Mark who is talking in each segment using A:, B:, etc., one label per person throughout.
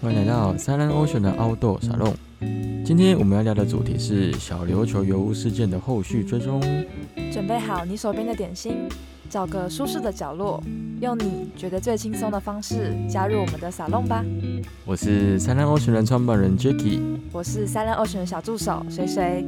A: 欢迎来到 Silent Ocean 的 Outdoor 沙龙。今天我们要聊的主题是小琉球油污事件的后续追踪。
B: 准备好你手边的点心，找个舒适的角落，用你觉得最轻松的方式加入我们的沙龙吧。
A: 我是 Silent Ocean 的创办人 Jacky。
B: 我是三浪二选的小助手水水。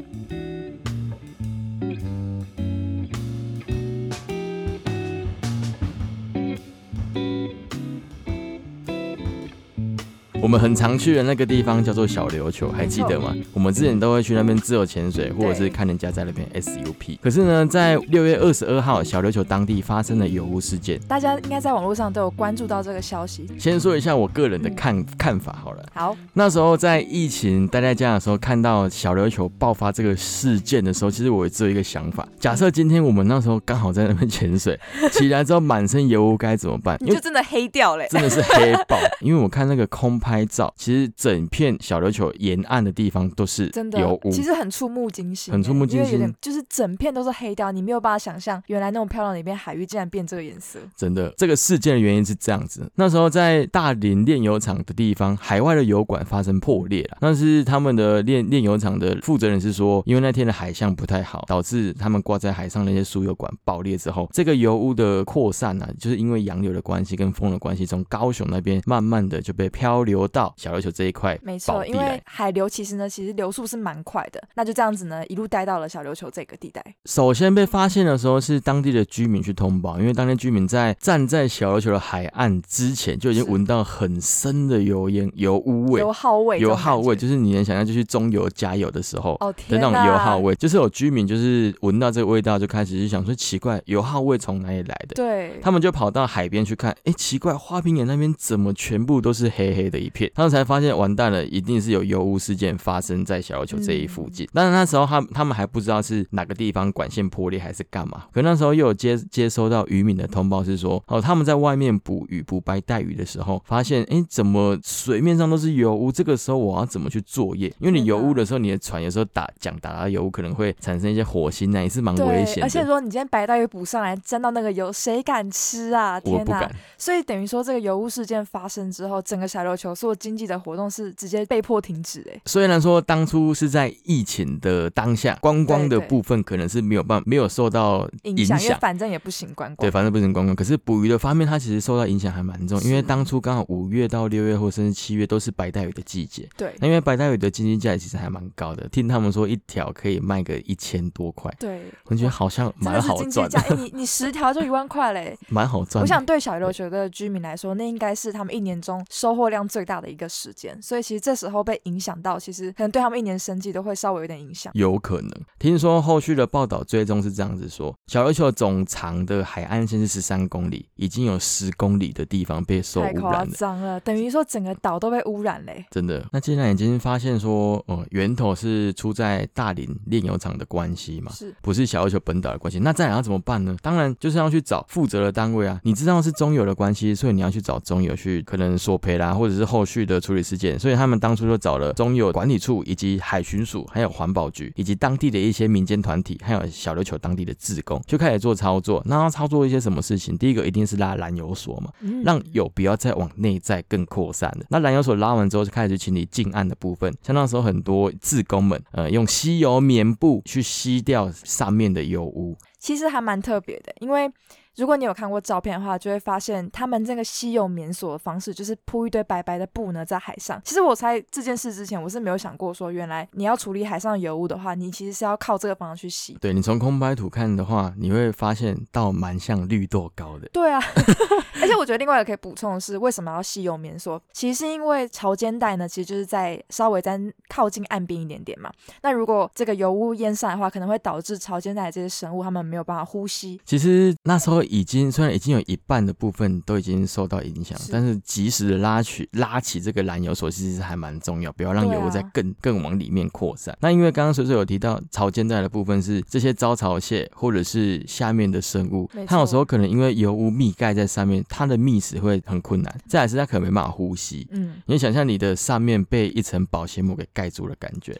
A: 我们很常去的那个地方叫做小琉球，还记得吗？我们之前都会去那边自由潜水，或者是看人家在那边 SUP。可是呢，在六月二十二号，小琉球当地发生了油污事件。
B: 大家应该在网络上都有关注到这个消息。
A: 先说一下我个人的看、看法好了。
B: 好，
A: 那时候在疫情待在家的时候，看到小琉球爆发这个事件的时候，其实我只有一个想法：假设今天我们那时候刚好在那边潜水，起来之后满身油污该怎么办？
B: 你
A: 因
B: 就
A: 为
B: 真的黑掉嘞、
A: 真的是黑爆， 因为我看那个空拍照，其实整片小琉球沿岸的地方都是
B: 真的
A: 油污。
B: 其实很触目惊心
A: 哦
B: 欸，
A: 很触目惊
B: 因为有点
A: 心
B: 就是整片都是黑掉，你没有办法想象，原来那么漂亮的一片海域竟然变这个颜色。
A: 真的，这个事件的原因是这样子：那时候在大林炼油厂的地方，海外的油管发生破裂了。但是他们的炼炼油厂的负责人是说，因为那天的海象不太好，导致他们挂在海上那些输油管爆裂之后，这个油污的扩散呢、啊，就是因为洋流的关系跟风的关系，从高雄那边慢慢的就被漂流到小琉球这一块
B: 没
A: 宝
B: 错，
A: 地
B: 因
A: 来
B: 为。海流其实呢，其实流速是蛮快的，那就这样子呢，一路带到了小琉球这个地带。
A: 首先被发现的时候是当地的居民去通报，因为当地居民在站在小琉球的海岸之前就已经
B: 是
A: 闻到很深的油烟、油污味、
B: 油耗味这种
A: 油
B: 感觉，
A: 耗味，就是你能想象，就是中油加油的时候。
B: 哦
A: 的
B: 天
A: 那种
B: 哪
A: 油耗。味，就是有居民就是闻到这个味道就开始就想说奇怪，油耗味从哪里来的？
B: 对，
A: 他们就跑到海边去看，哎，奇怪，花瓶岩那边怎么全部都是黑黑的一片？他们才发现完蛋了，一定是有油污事件发生在小琉球这一附近。但是那时候他他们还不知道是哪个地方管线破裂还是干嘛，可那时候又有接接收到渔民的通报是说，哦，他们在外面捕鱼捕白带鱼的时候，发现哎，诶怎么水面上都是油污？这个时候我要怎么去作业？因为你
B: 天
A: 油
B: 哪
A: 污的时候，你的船有时候打桨打到油污，可能会产生一些火星啊那也是蛮危
B: 对，
A: 险
B: 而且如
A: 的。
B: 果你今天白带鱼捕上来沾到那个油，谁敢吃啊？
A: 我
B: 天
A: 不
B: 哪
A: 敢！，
B: 所以等于说，这个油污事件发生之后，整个小琉球所有经济的活动是直接被迫停止、哎，
A: 虽然说当初是在疫情的当下，观光的
B: 对对
A: 部分可能是没有办没有受到影
B: 影响，因为
A: 响。
B: 反正也不行观光。
A: 对，反正不能观光。可是捕鱼的方面，它其实受到影响还蛮重，因为
B: 是
A: 当初刚好五月到六月，或甚至七月都是白带鱼的季节。
B: 对
A: 那因为白带鱼的经济价值其实还蛮高的，听他们说一条可以卖个一千多块，
B: 对，
A: 我觉得好像
B: 真
A: 蛮
B: 的是
A: 好
B: 经济
A: 赚，
B: 价，哎你你十条就一万块嘞、
A: 蛮好 赚的。
B: 我想对小琉球的居民来说，那应该是他们一年中收获量最大的一个时间，所以其实这时候被影响到，其实可能对他们一年生计都会稍微有点影响。
A: 有可能。听说后续的报道追踪是这样子说：小琉球总长的海岸线是十三公里，已经有十公里的地方被受
B: 太
A: 污
B: 夸
A: 染了。
B: 张了，等于说整个岛都被污染嘞、
A: 真的。那既然已经发现说，呃，源头是出在大林炼油厂的关系嘛，
B: 是
A: 不是小琉球本岛的关系，那再然要怎么办呢？当然就是要去找负责的单位啊。你知道是中油的关系，所以你要去找中油去可能索赔啦，或者是后续的处理事件。所以他们当初就找了中油管理处以及海巡署，还有环保局，以及当地的一些民间团体，还有小琉球当地的志工，就开始做操作。那要操作一些什么事情？第一个一定是拉燃油锁嘛，
B: 嗯
A: 让有不要再往内在更扩散了。那燃油所拉完之后，就开始去清理近岸的部分。像那时候很多志工们，呃，用吸油棉布去吸掉上面的油污。
B: 其实还蛮特别的，因为如果你有看过照片的话，就会发现他们这个吸油棉锁的方式，就是铺一堆白白的布呢在海上。其实我猜这件事之前，我是没有想过说，原来你要处理海上的油污的话，你其实是要靠这个方式去吸。
A: 对你从空拍图看的话，你会发现到蛮像绿豆糕的。
B: 对啊， 而且我觉得另外一个可以补充的是，为什么要吸油棉锁？其实是因为潮间带呢，其实就是在稍微在靠近岸边一点点嘛。那如果这个油污淹上来的话，可能会导致潮间带的这些生物它们没有办法呼吸，
A: 其实那时候已经虽然已经有一半的部分都已经受到影响，
B: 是
A: 但是及时的拉取拉起这个燃油锁其实还蛮重要，不要让
B: 对啊
A: 油在更、更往里面扩散。那因为刚刚水水有提到潮间带的部分是这些招潮蟹或者是下面的生物
B: 没，错
A: 它有时候可能因为油污密盖在上面，它的觅食会很困难，再来是它可能没办法呼吸。
B: 嗯，
A: 你想象你的上面被一层保鲜膜给盖 住的感觉，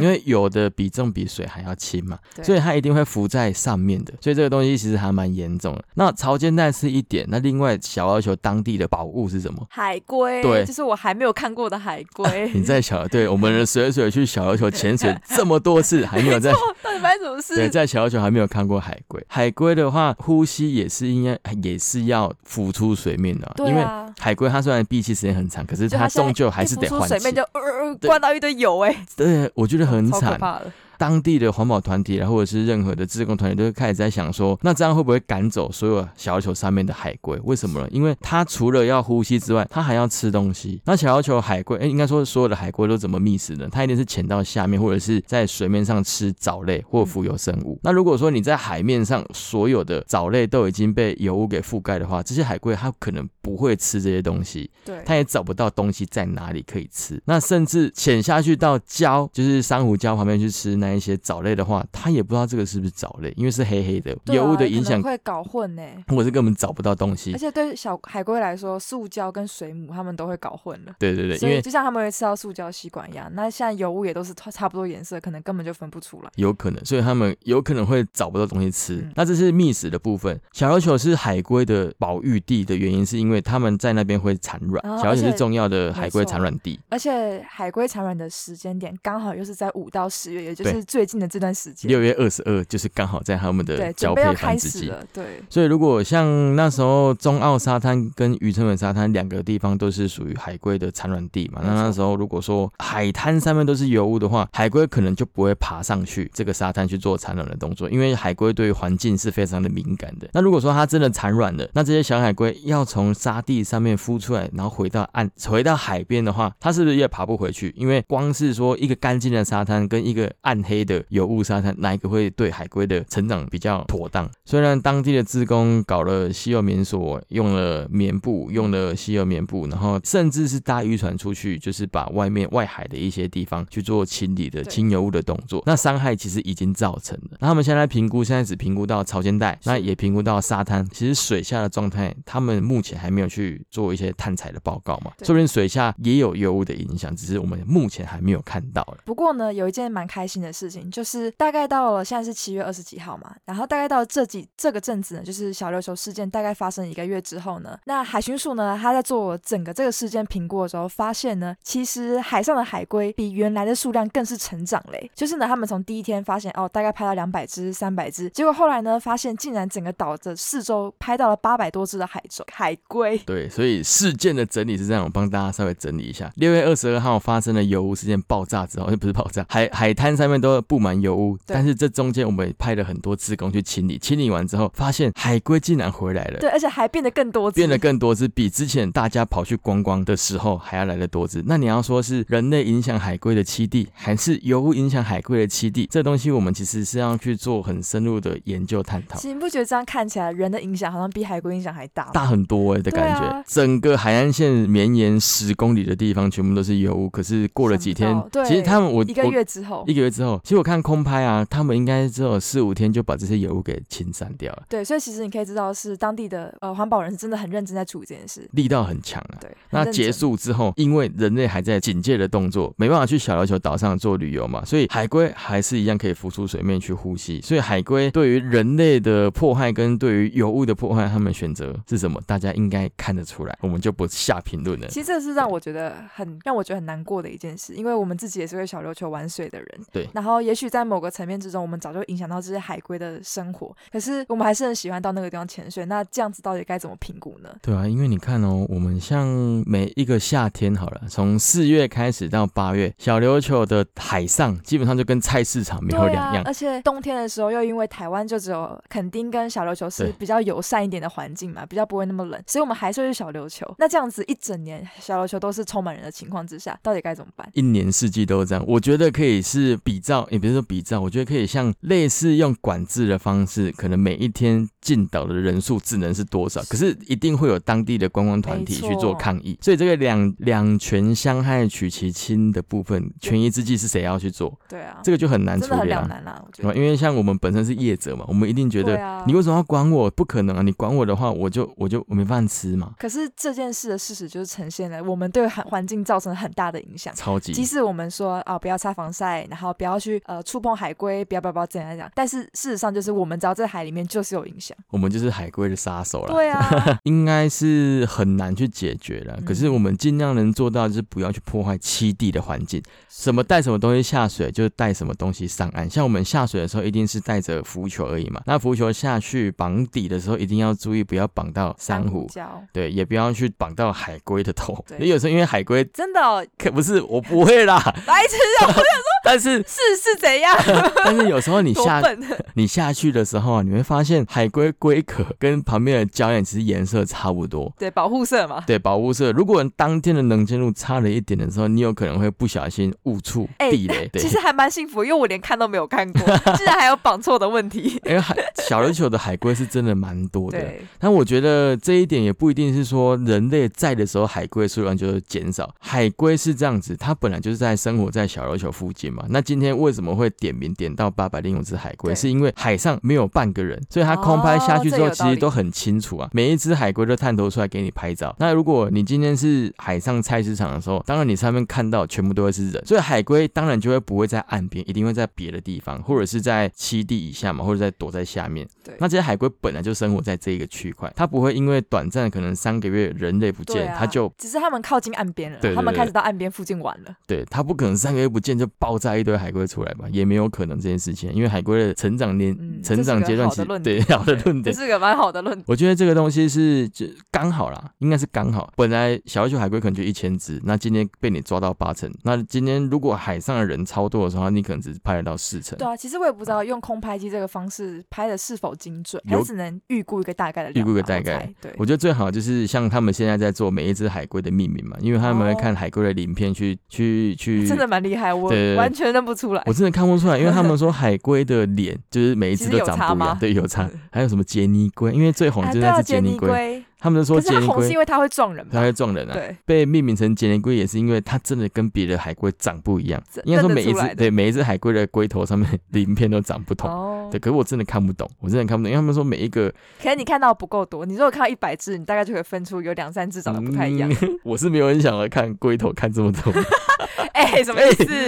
A: 因为有的比重比水还要轻嘛，
B: 对
A: 所以它一定会浮在上面的，所以这个东西其实还蛮严重的。那潮间带是一点，那另外小要求当地的保护是什 么？
B: 海龟，
A: 对啊
B: 就是我还没有看过的海龟。
A: 你在小对我们的水水去小要求潜水这么多次，还没有 在
B: 哦到底发生什么
A: 对，
B: 事？
A: 在小琉球还没有看过海龟。海龟的话，呼吸也是应该也是要浮出水面的啊、
B: 对
A: 因为
B: 啊
A: 海龟它虽然闭气时间很长，可是
B: 就
A: 它
B: 现在
A: 终究还是
B: 一
A: 得
B: 浮
A: 换
B: 出水
A: 气
B: 面。就呃呃
A: 对
B: 灌到一堆油哎，
A: 对，我觉得很
B: 超可
A: 惨。
B: 怕的。
A: 当地的环保团体啊，或者是任何的志工团体，都会开始在想说，那这样会不会赶走所有小琉球上面的海龟？为什么呢？因为它除了要呼吸之外，它还要吃东西。那小琉球海龟，哎、应该说所有的海龟都怎么觅食呢？它一定是潜到下面，或者是在水面上吃藻类或浮游生物。那如果说你在海面上所有的藻类都已经被油污给覆盖的话，这些海龟它可能不会吃这些东西，
B: 对，
A: 他也找不到东西在哪里可以吃。那甚至潜下去到礁，就是珊瑚礁旁边去吃那一些藻类的话，他也不知道这个是不是藻类，因为是黑黑的，
B: 对啊
A: 油污的
B: 有可
A: 影
B: 能
A: 响，
B: 会哎搞混呢。
A: 我是根本找不到东西
B: 而。且对小海龟来说，塑胶跟水母它们都会搞混了。
A: 对对对，
B: 所
A: 因
B: 以
A: 为
B: 就像他们会吃到塑胶吸管一样，那现在油污也都是差差不多颜色，可能根本就分不出来。
A: 有可能，所以他们有可能会找不到东西吃。
B: 嗯
A: 那这是觅食的部分。小琉球是海龟的保育地的原因，是因为他们在那边会产卵。
B: 哦
A: 小琉球
B: 而
A: 是
B: 且
A: 重要的海龟产卵地。
B: 而且海龟产卵的时间点刚好又是在五到十月，也就是
A: 对
B: 最近的这段时间，
A: 六月二十二就是刚好在他们的
B: 对，
A: 交
B: 准备要
A: 配
B: 开
A: 繁殖
B: 始
A: 季。
B: 了，对，
A: 所以如果像那时候中澳沙滩跟渔村尾沙滩两个地方都是属于海龟的产卵地嘛，
B: 没
A: 那
B: 错
A: 那时候如果说海滩上面都是油污的话，海龟可能就不会爬上去这个沙滩去做产卵的动作，因为海龟对于环境是非常的敏感的。那如果说它真的产卵了，那这些小海龟要从沙地上面孵出来，然后回到岸，回到海边的话，它是不是也爬不回去？因为光是说一个干净的沙滩跟一个暗黑的有雾沙滩，哪一个会对海龟的成长比较妥当？虽然当地的志工搞了稀有棉锁，用了棉布，用了稀有棉布，然后甚至是搭渔船出去，就是把外面外海的一些地方去做清理的
B: 对
A: 清油污的动作，那伤害其实已经造成了。那他们现在评估，现在只评估到潮间带，
B: 是
A: 那也评估到沙滩，其实水下的状态，他们目前还没有去做一些探采的报告嘛，
B: 对
A: 说不定水下也有油污的影响，只是我们目前还没有看到了。
B: 不过呢，有一件蛮开心的事情，就是大概到了现在是七月二十几号嘛，然后大概到这几这个阵子呢，就是小琉球事件大概发生一个月之后呢，那海巡署呢，他在做整个这个事件评估的时候，发现呢，其实海上的海龟比原来的数量更是成长嘞，就是呢，他们从第一天发现哦，大概拍到两百只、三百只，结果后来呢，发现竟然整个岛的四周拍到了八百多只的海舟海龟，
A: 对，所以事件的整理是这样，我帮大家稍微整理一下。六月二十二号发生了油污事件爆炸之后， 不是爆炸，海海滩上面都布满油污，
B: 对
A: 但是这中间我们派了很多职工去清理，清理完之后发现海龟竟然回来了。
B: 对，而且还变得更多只，
A: 变得更多只，比之前大家跑去观光的时候还要来的多只。那你要说是人类影响海龟的栖地，还是油污影响海龟的栖地？这东西我们其实是要去做很深入的研究探讨
B: 其。实你不觉得这样看起来人的影响好像比海龟影响还大吗？
A: 大很多哎、的感觉，
B: 对啊
A: 整个海岸线绵延十公里的地方全部都是油污，可是过了几天
B: 想不到，对
A: 其实他们我
B: 一个
A: 我
B: 月之后
A: 一。个月之后，其实我看空拍啊，他们应该只有四五天就把这些油污给清散掉了。
B: 对，所以其实你可以知道，是当地的呃环保人是真的很认真在处理这件事。
A: 力道很强啊！
B: 对，
A: 那
B: 很认
A: 结
B: 真。
A: 束之后，因为人类还在警戒的动作，没办法去小琉球岛上做旅游嘛，所以海龟还是一样可以浮出水面去呼吸。所以海龟对于人类的迫害跟对于油物的迫害，他们选择是什么？大家应该看得出来，我们就不下评论了。
B: 其实这是让我觉得很让我觉得很难过的一件事，因为我们自己也是会小琉球玩水的人。
A: 对
B: 然后也许在某个层面之中，我们早就影响到这些海龟的生活，可是我们还是很喜欢到那个地方潜水。那这样子到底该怎么评估呢？
A: 对啊，因为你看哦，我们像每一个夏天好了，从四月开始到八月，小琉球的海上基本上就跟菜市场没有
B: 对
A: 两
B: 啊
A: 样，。
B: 而且冬天的时候，又因为台湾就只有垦丁跟小琉球是
A: 对
B: 比较友善一点的环境嘛，比较不会那么冷，所以我们还是会去小琉球。那这样子一整年，小琉球都是充满人的情况之下，到底该怎么办？
A: 一年四季都这样。我觉得可以是比照，也不是说比照，我觉得可以像类似用管制的方式，可能每一天进岛的人数只能是多少，可是一定会有当地的观光团体
B: 没错
A: 去做抗议。所以这个两两权相害取其轻的部分，权宜之计是谁要去做，
B: 对啊，
A: 这个就很难
B: 真
A: 处
B: 的很
A: 理
B: 两
A: 啊。
B: 难啦、我觉
A: 对吧
B: 得。
A: 因为像我们本身是业者嘛，我们一定觉
B: 对
A: 得
B: 啊
A: 你为什么要管我？不可能啊！你管我的话，我就我就我没饭吃嘛。
B: 可是这件事的事实就是呈现了我们对环环境造成很大的影响。
A: 超级
B: 即使我们说啊、不要擦防晒，然后不要去呃触碰海龟，不要不要不要怎样怎样，但是事实上就是我们只要在海里面就是有影响。
A: 我们就是海龟的杀手啦。
B: 对啊，
A: 应该是很难去解决的。
B: 嗯
A: 可是我们尽量能做到，就是不要去破坏栖地的环境。什么带什么东西下水，就是带什么东西上岸。像我们下水的时候，一定是带着浮球而已嘛。那浮球下去绑底的时候，一定要注意不要绑到 珊瑚，
B: 礁
A: 对，也不要去绑到海龟的头。
B: 对
A: 因为有时候因为海龟
B: 真的、哦、
A: 可不是我不会啦，
B: 白痴哦、
A: 但是
B: 是是怎 样？
A: 但是有时候你
B: 多
A: 下
B: 笨！
A: 你下去的时候啊，你会发现海龟龟壳跟旁边的礁岩其实颜色差不多。
B: 对，保护色嘛。
A: 对，保护色。如果当天的能见度差了一点的时候，你有可能会不小心误触
B: 哎
A: 地雷。 对
B: 其，实还蛮幸福，因为我连看都没有看过，竟然还有绑错的问题。
A: 因为海小琉球的海龟是真的蛮多的。
B: 对，
A: 但 我觉得这一点也不一定是说人类在的时候海龟数量就减少。海龟是这样子，它本来就是在生活在小琉球附近嘛。那今天为什么会点名点到八百零五只海龟？
B: 对
A: 是因为海上没有半个人，所以它空拍下去之后
B: 哦这有道
A: 其
B: 理
A: 实都很清楚啊。每一只海龟都探头出来给你拍照。那如果你今天是海上菜市场的时候，当然你上面看到全部都会是人，所以海龟当然就会不会在岸边，一定会在别的地方，或者是在栖地以下嘛，或者在躲在下面。
B: 对
A: 那这些海龟本来就生活在这一个区块，它不会因为短暂可能三个月人类不
B: 对
A: 见，
B: 啊
A: 它就
B: 只是他们靠近岸边了，
A: 对对
B: 他们
A: 对
B: 开始到岸边附近玩了。
A: 对它不可能三个月不见就爆炸一堆海龟出来吧，也没有可能这件事情，因为海龟的成长年、
B: 嗯
A: 成长阶段其
B: 这
A: 实
B: 是个好的论
A: 对好的论
B: 这
A: 点。
B: 是个蛮好的论点。
A: 我觉得这个东西是就刚好啦，应该是刚好。本来小琉球海龟可能就一千只，那今天被你抓到八成，那今天如果海上的人超多的时候，你可能只拍得到四成
B: 对。啊，其实我也不知道用空拍机这个方式拍的是否精准，
A: 有
B: 还只能预估一个大概的量吧，
A: 预估一个大
B: 我
A: 概
B: 猜。对，
A: 我觉得最好就是像他们现在在做每一只海龟的命名嘛，因为他们会
B: 哦啊
A: 看海龟的鳞片去去去
B: 真的蛮厉害，我
A: 对对对
B: 完全认不出来
A: 我。真的看不出来，因为他们说海龟的脸就是每一只都长
B: 其实有差
A: 不一
B: 吗嗯
A: 样，对，有差。还有什么杰尼龟？因为最红
B: 啊，
A: 就是
B: 对
A: 那
B: 啊，
A: 只
B: 杰
A: 杰尼
B: 尼
A: 龟，
B: 龟，
A: 他们都说
B: 可是
A: 杰
B: 它
A: 尼
B: 红是因
A: 龟
B: 为它会撞人
A: 它
B: 吧？
A: 会撞人啊。
B: 对，
A: 被命名成杰尼龟也是因为它真的跟别的海龟长不一样
B: 真，
A: 应该说每一
B: 认得出来
A: 只
B: 的
A: 对每一只海龟的龟头上面鳞片都长不同。
B: 哦
A: 对，，可是我真的看不懂，我真的看不懂，因为他们说每一个
B: 可是你看到不够多，你如果看到一百只，你大概就可以分出有两三只长得不太一样。
A: 嗯 我是没有很想要看龟头看这么 多，
B: 哎，什么意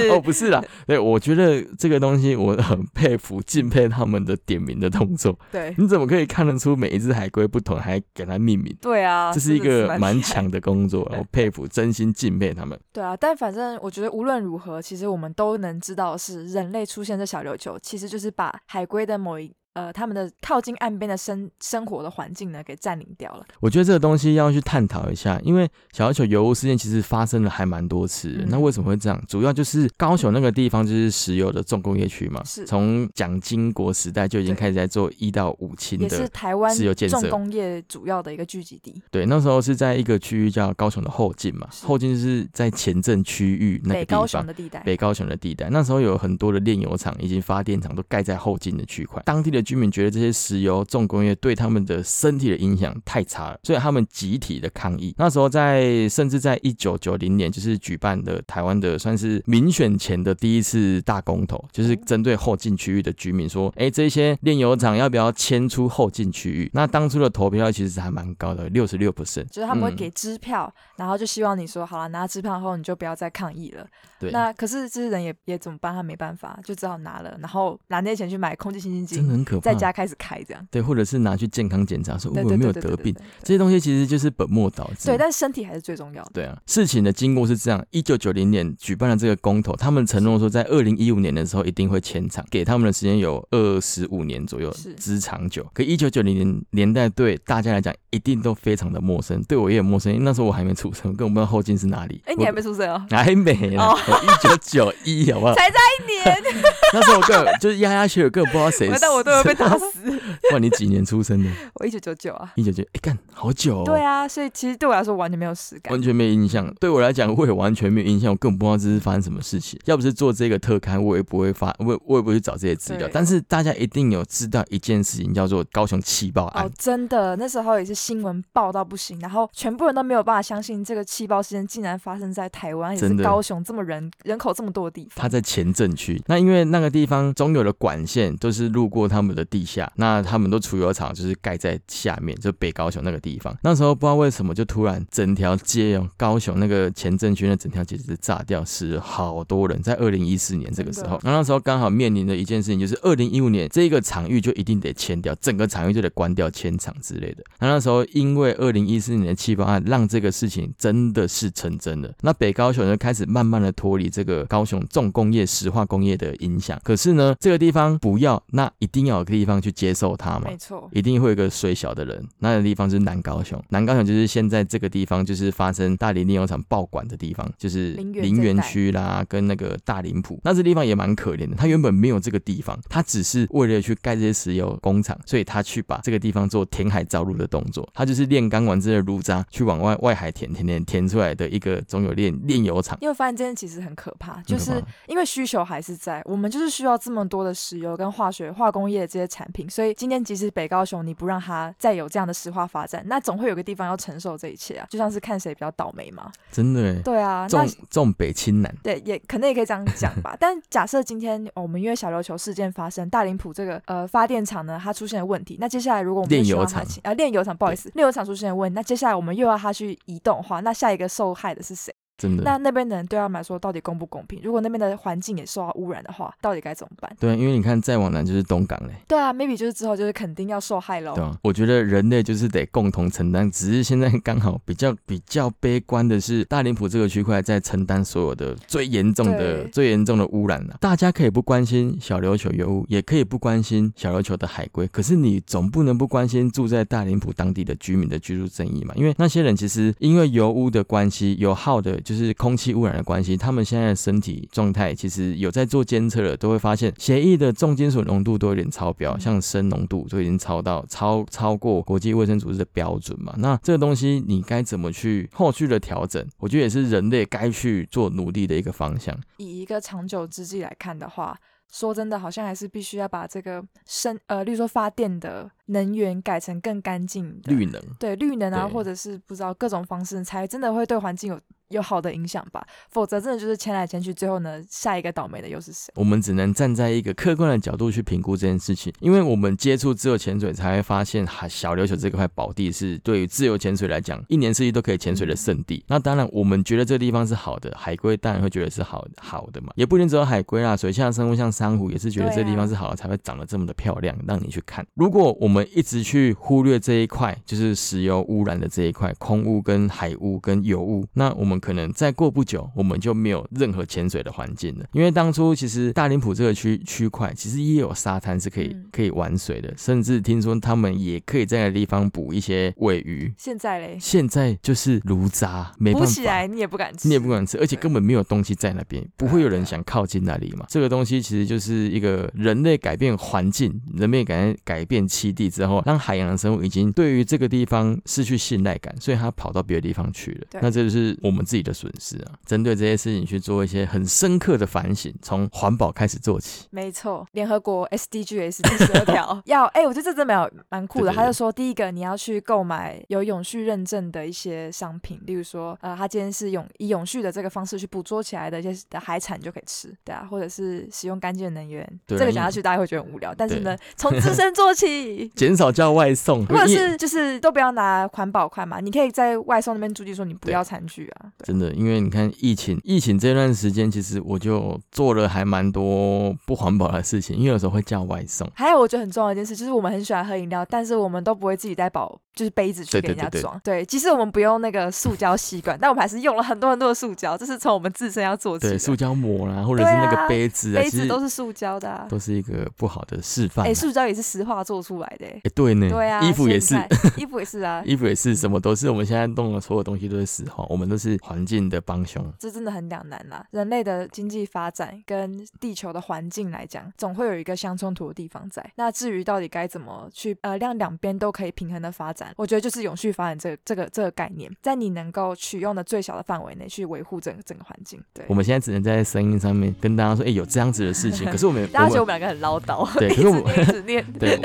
A: 哦，
B: 思？
A: 不是啦，对，我觉得这个东西我很佩服、敬佩他们的点名的动作。
B: 对
A: 你怎么可以看得出每一只海龟不同，还给它命名？
B: 对啊，
A: 这是一
B: 真的
A: 个蛮强的工作，我佩服，真心敬佩他们。
B: 对啊，但反正我觉得无论如何，其实我们都能知道的是，人类出现在小琉球，其实就是把海龟的某一呃他们的靠近岸边的生生活的环境呢给占领掉了。
A: 我觉得这个东西要去探讨一下，因为小琉球油污事件其实发生了还蛮多次的。
B: 嗯
A: 那为什么会这样？主要就是高雄那个地方就是石油的重工业区嘛，
B: 是
A: 从蒋经国时代就已经
B: 对
A: 开始在做一到五氢
B: 也是
A: 的。
B: 台湾
A: 石油建设
B: 重工业主要的一个聚集地，
A: 对，那时候是在一个区域叫高雄的后劲嘛，
B: 是
A: 后劲就是在前镇区域那
B: 北
A: 个
B: 高
A: 地
B: 雄
A: 方。
B: 的地带。
A: 北高雄的地带，那时候有很多的炼油厂以及发电厂都盖在后进的区块。当地的居民觉得这些石油重工业对他们的身体的影响太差了，所以他们集体的抗议。那时候在甚至在一九九零年，就是举办的台湾的算是民选前的第一次大公投，就是针对后进区域的居民说，哎，这些炼油厂要不要迁出后进区域？那当初的投票其实还蛮高的，六十六 percent，
B: 就是他们会给支票，然后就希望你说好了，拿支票后你就不要再抗议了。
A: 对。
B: 那可是这些人也也怎么办？他没办法，就只好拿了，然后拿那些钱去买空气清新
A: 真的
B: 机，
A: 很可怕
B: 在，家开始开这样。
A: 对，或者是拿去健康检查，说我哦
B: 对
A: 有
B: 对
A: 没有
B: 对对
A: 得
B: 对
A: 病
B: 对，对
A: 这些东西其实就是本末倒置。
B: 对，但身体还是最重要的。
A: 对啊，事情的经过是这样：一九九零年举办了这个公投，他们承诺说在二零一五年的时候一定会迁厂，给他们的时间有二十五年左右
B: 是
A: 之长久。可一九九零年年代对大家来讲一定都非常的陌生，对我也很陌生，因为那时候我还没出生，根本不知道后进是哪里。
B: 哎，你还
A: 我
B: 没出生哦？
A: 还没啦，一九九一好不好？
B: 才在 一年，
A: 那时候我根本就是压压血，我根本不知道谁
B: 我
A: 是。
B: 到我都要被打死。
A: 哇，你几年出生的？
B: 我一九九九啊，
A: 一九九，哎，干好久哦。
B: 对啊，所以其实对我来说完全没有实感
A: 完。全没有印象。对我来讲，我也完全没有印象，我根本不知道这是发生什么事情。要不是做这个特刊，我也不会发，我也我也不会去找这些资料
B: 对。
A: 但是大家一定有知道一件事情，叫做高雄气爆案。
B: 哦，真的，那时候也是新闻报到不行，然后全部人都没有办法相信这个气爆事件竟然发生在台湾，也
A: 真
B: 是
A: 的
B: 高雄这么人人口这么多的地
A: 它
B: 方。
A: 在前镇区，那因为那个地方中有的管线都是路过他们姆的地下，那他们都储油厂就是盖在下面，就北高雄那个地方。那时候不知道为什么，就突然整条街哦，高雄那个前镇区那整条街是炸掉，死了好多人。在二零一四年这个时
B: 哦
A: 候，那那时候刚好面临的一件事情就是二零一五年这个场域就一定得迁掉，整个场域就得关掉迁场之类的。那那时候因为二零一四年的气爆案，让这个事情真的是成真的。那北高雄就开始慢慢的脱离这个高雄重工业、石化工业的影响。可是呢，这个地方不要，那一定要有个地方去接受它嘛
B: 没。错，
A: 一定会有一个水小的人，那个地方就是南高雄。南高雄就是现在这个地方，就是发生大林炼油厂爆管的地方，就是
B: 林园
A: 林园
B: 这一带
A: 区啦，跟那个大林埔。那这地方也蛮可怜的，它原本没有这个地方，它只是为了去盖这些石油工厂，所以它去把这个地方做填海造陆的动作。它就是炼钢完之后的炉渣，去往外外海填填填填出来的一个中油炼炼油厂。
B: 因为发现这件其实很可怕，就
A: 很可怕
B: 是因为需求还是在，我们就是需要这么多的石油跟化学、化工业这些产品，所以今天即使北高雄你不让它再有这样的石化发展，那总会有个地方要承受这一切啊，就像是看谁比较倒霉嘛。
A: 真的耶，
B: 对啊，那
A: 重重北轻南。
B: 对，也可能也可以这样讲吧。 但假设今天、哦我们因为小琉球事件发生，大林埔这个呃发电厂呢，它出现了问题，那接下来如果我们
A: 炼
B: 又希望
A: 油
B: 它
A: 厂
B: 起啊炼油厂，不好意思，炼油厂出现了问题，那接下来我们又要它去移动的话，那下一个受害的是谁？
A: 真的，
B: 那那边的人对他们来说到底公不公平？如果那边的环境也受到污染的话，到底该怎么办？
A: 对，因为你看再往南就是东港嘞。
B: 对啊，maybe 就是之后就是肯定要受害喽
A: 对。啊，我觉得人类就是得共同承担，只是现在刚好比较比较悲观的是，大林埔这个区块在承担所有的最严重的
B: 对
A: 最严重的污染了、大家可以不关心小琉球油污，也可以不关心小琉球的海龟，可是你总不能不关心住在大林埔当地的居民的居住正义嘛？因为那些人其实因为油污的关系，油耗的就是空气污染的关系，他们现在的身体状态其实有在做监测了，都会发现血液的重金属浓度都有点超标，
B: 嗯
A: 像砷浓度都已经超到超超过国际卫生组织的标准嘛。那这个东西你该怎么去后续的调整？我觉得也是人类该去做努力的一个方向。
B: 以一个长久之计来看的话，说真的，好像还是必须要把这个生呃，例如说发电的能源改成更干净的
A: 绿能，
B: 对绿能啊，
A: 对
B: 或者是不知道各种方式，才真的会对环境有有好的影响吧。否则真的就是迁来迁去，最后呢，下一个倒霉的又是谁？
A: 我们只能站在一个客观的角度去评估这件事情，因为我们接触自由潜水，才会发现哈小琉球这块宝地是对于自由潜水来讲，一年四季都可以潜水的圣地。那当然，我们觉得这地方是好的，海龟当然会觉得是好好的嘛，也不一定只有海龟啦，水下的生物像珊瑚也是觉得
B: 对啊
A: 这地方是好的，才会长得这么的漂亮，让你去看。如果我们一直去忽略这一块，就是石油污染的这一块，空污跟海污跟油污，那我们可能再过不久，我们就没有任何潜水的环境了。因为当初其实大林埔这个区区块，其实也有沙滩是可以
B: 嗯
A: 可以玩水的，甚至听说他们也可以在那个地方捕一些尾鱼。
B: 现在嘞，
A: 现在就是炉渣，没办
B: 补
A: 法，
B: 起来你也不敢吃，
A: 你也不敢吃，而且根本没有东西在那边，不会有人想靠近那里嘛。这个东西其实就是一个人类改变环境，人类改改变栖地之后，让海洋的生物已经对于这个地方失去信赖感，所以它跑到别的地方去了
B: 对。
A: 那这就是我们自己的损失啊！针对这些事情去做一些很深刻的反省，从环保开始做起。
B: 没错，联合国 SDGs 第十二条要，哎、我觉得这真的蛮蛮酷的。
A: 对对对
B: 他就说，第一个你要去购买有永续认证的一些商品，例如说，呃，他今天是永以永续的这个方式去捕捉起来的一些的海产你就可以吃，对啊，或者是使用干净的能源。
A: 对啊
B: 这个
A: 因为。
B: 讲下去大家会觉得很无聊，但是呢，从自身做起
A: 减少叫外送，
B: 或者
A: 因为
B: 是就是都不要拿环保筷嘛，你可以在外送那边注记说你不
A: 对
B: 要餐具啊。对
A: 真的，因为你看疫情，疫情这段时间，其实我就做了还蛮多不环保的事情，因为有时候会叫外送。
B: 还有我觉得很重要的一件事，就是我们很喜欢喝饮料，但是我们都不会自己带保，就是杯子去
A: 对对
B: 给人家
A: 对对
B: 装。对即使我们不用那个塑胶吸管，但我们还是用了很多很多的塑胶，这是从我们自身要做起的。
A: 对，塑胶膜啦，或者是那
B: 对啊
A: 个杯子啊，
B: 杯
A: 其
B: 子
A: 实
B: 都是塑胶的、啊，
A: 都是一个不好的示范啊。
B: 哎、塑胶也是石化做出来的、
A: 哎对呢，
B: 对啊，
A: 衣服也是
B: 现，在，衣服也
A: ，
B: 是啊
A: 衣服也是，什么都是。我们现在弄的所有东西都是石化，我们都是环境的帮凶。
B: 这真的很两难啦、人类的经济发展跟地球的环境来讲，总会有一个相冲突的地方在。那至于到底该怎么去呃让两边都可以平衡的发展，我觉得就是永续发展这个这个这个概念，在你能够取用的最小的范围内去维护整个整个环境。对
A: 我，们现在只能在声音上面跟大家说，哎、有这样子的事情，可是 我们
B: 大家觉得
A: 我
B: 我
A: 们
B: 们两个很唠叨，
A: 对
B: 一
A: 可
B: 直
A: 是我们
B: 念一直念。
A: 对，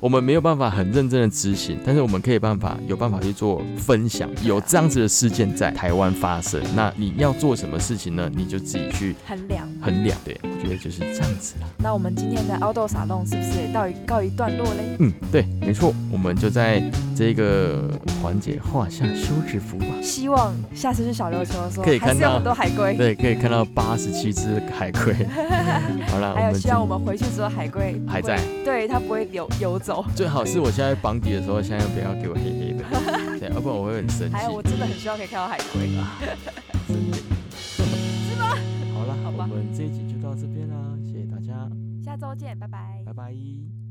A: 我们没有办法很认真的执行，但是我们可以办法有办法去做分享。有这样子的事件在台湾发生，那你要做什么事情呢？你就自己去
B: 衡量，
A: 衡量。对，我觉觉得就是这样子啦。
B: 那我们今天的凹豆沙龙是不是也到一告一段落嘞？
A: 嗯，对，没错，我们就在这个环节画下休止符吧。
B: 希望下次去小琉球的时候，
A: 可以
B: 还
A: 看
B: 是
A: 到
B: 有很多海龟。
A: 对，可以看到八十七只海 龟。好啦，
B: 还
A: 我
B: 有，
A: 们
B: 希
A: 今
B: 望我们回去之后海龟不
A: 还
B: 会
A: 在，
B: 对它不会游游走。
A: 最好是我现在绑底的时候，现在不要给我黑黑的，对，要不然我会很生气。
B: 还有，我真的很希望可以看到海龟。
A: 真的好啦，
B: 好吧
A: 我们这一集就到这边啦，谢谢大家，
B: 下周见，拜拜
A: 拜。拜。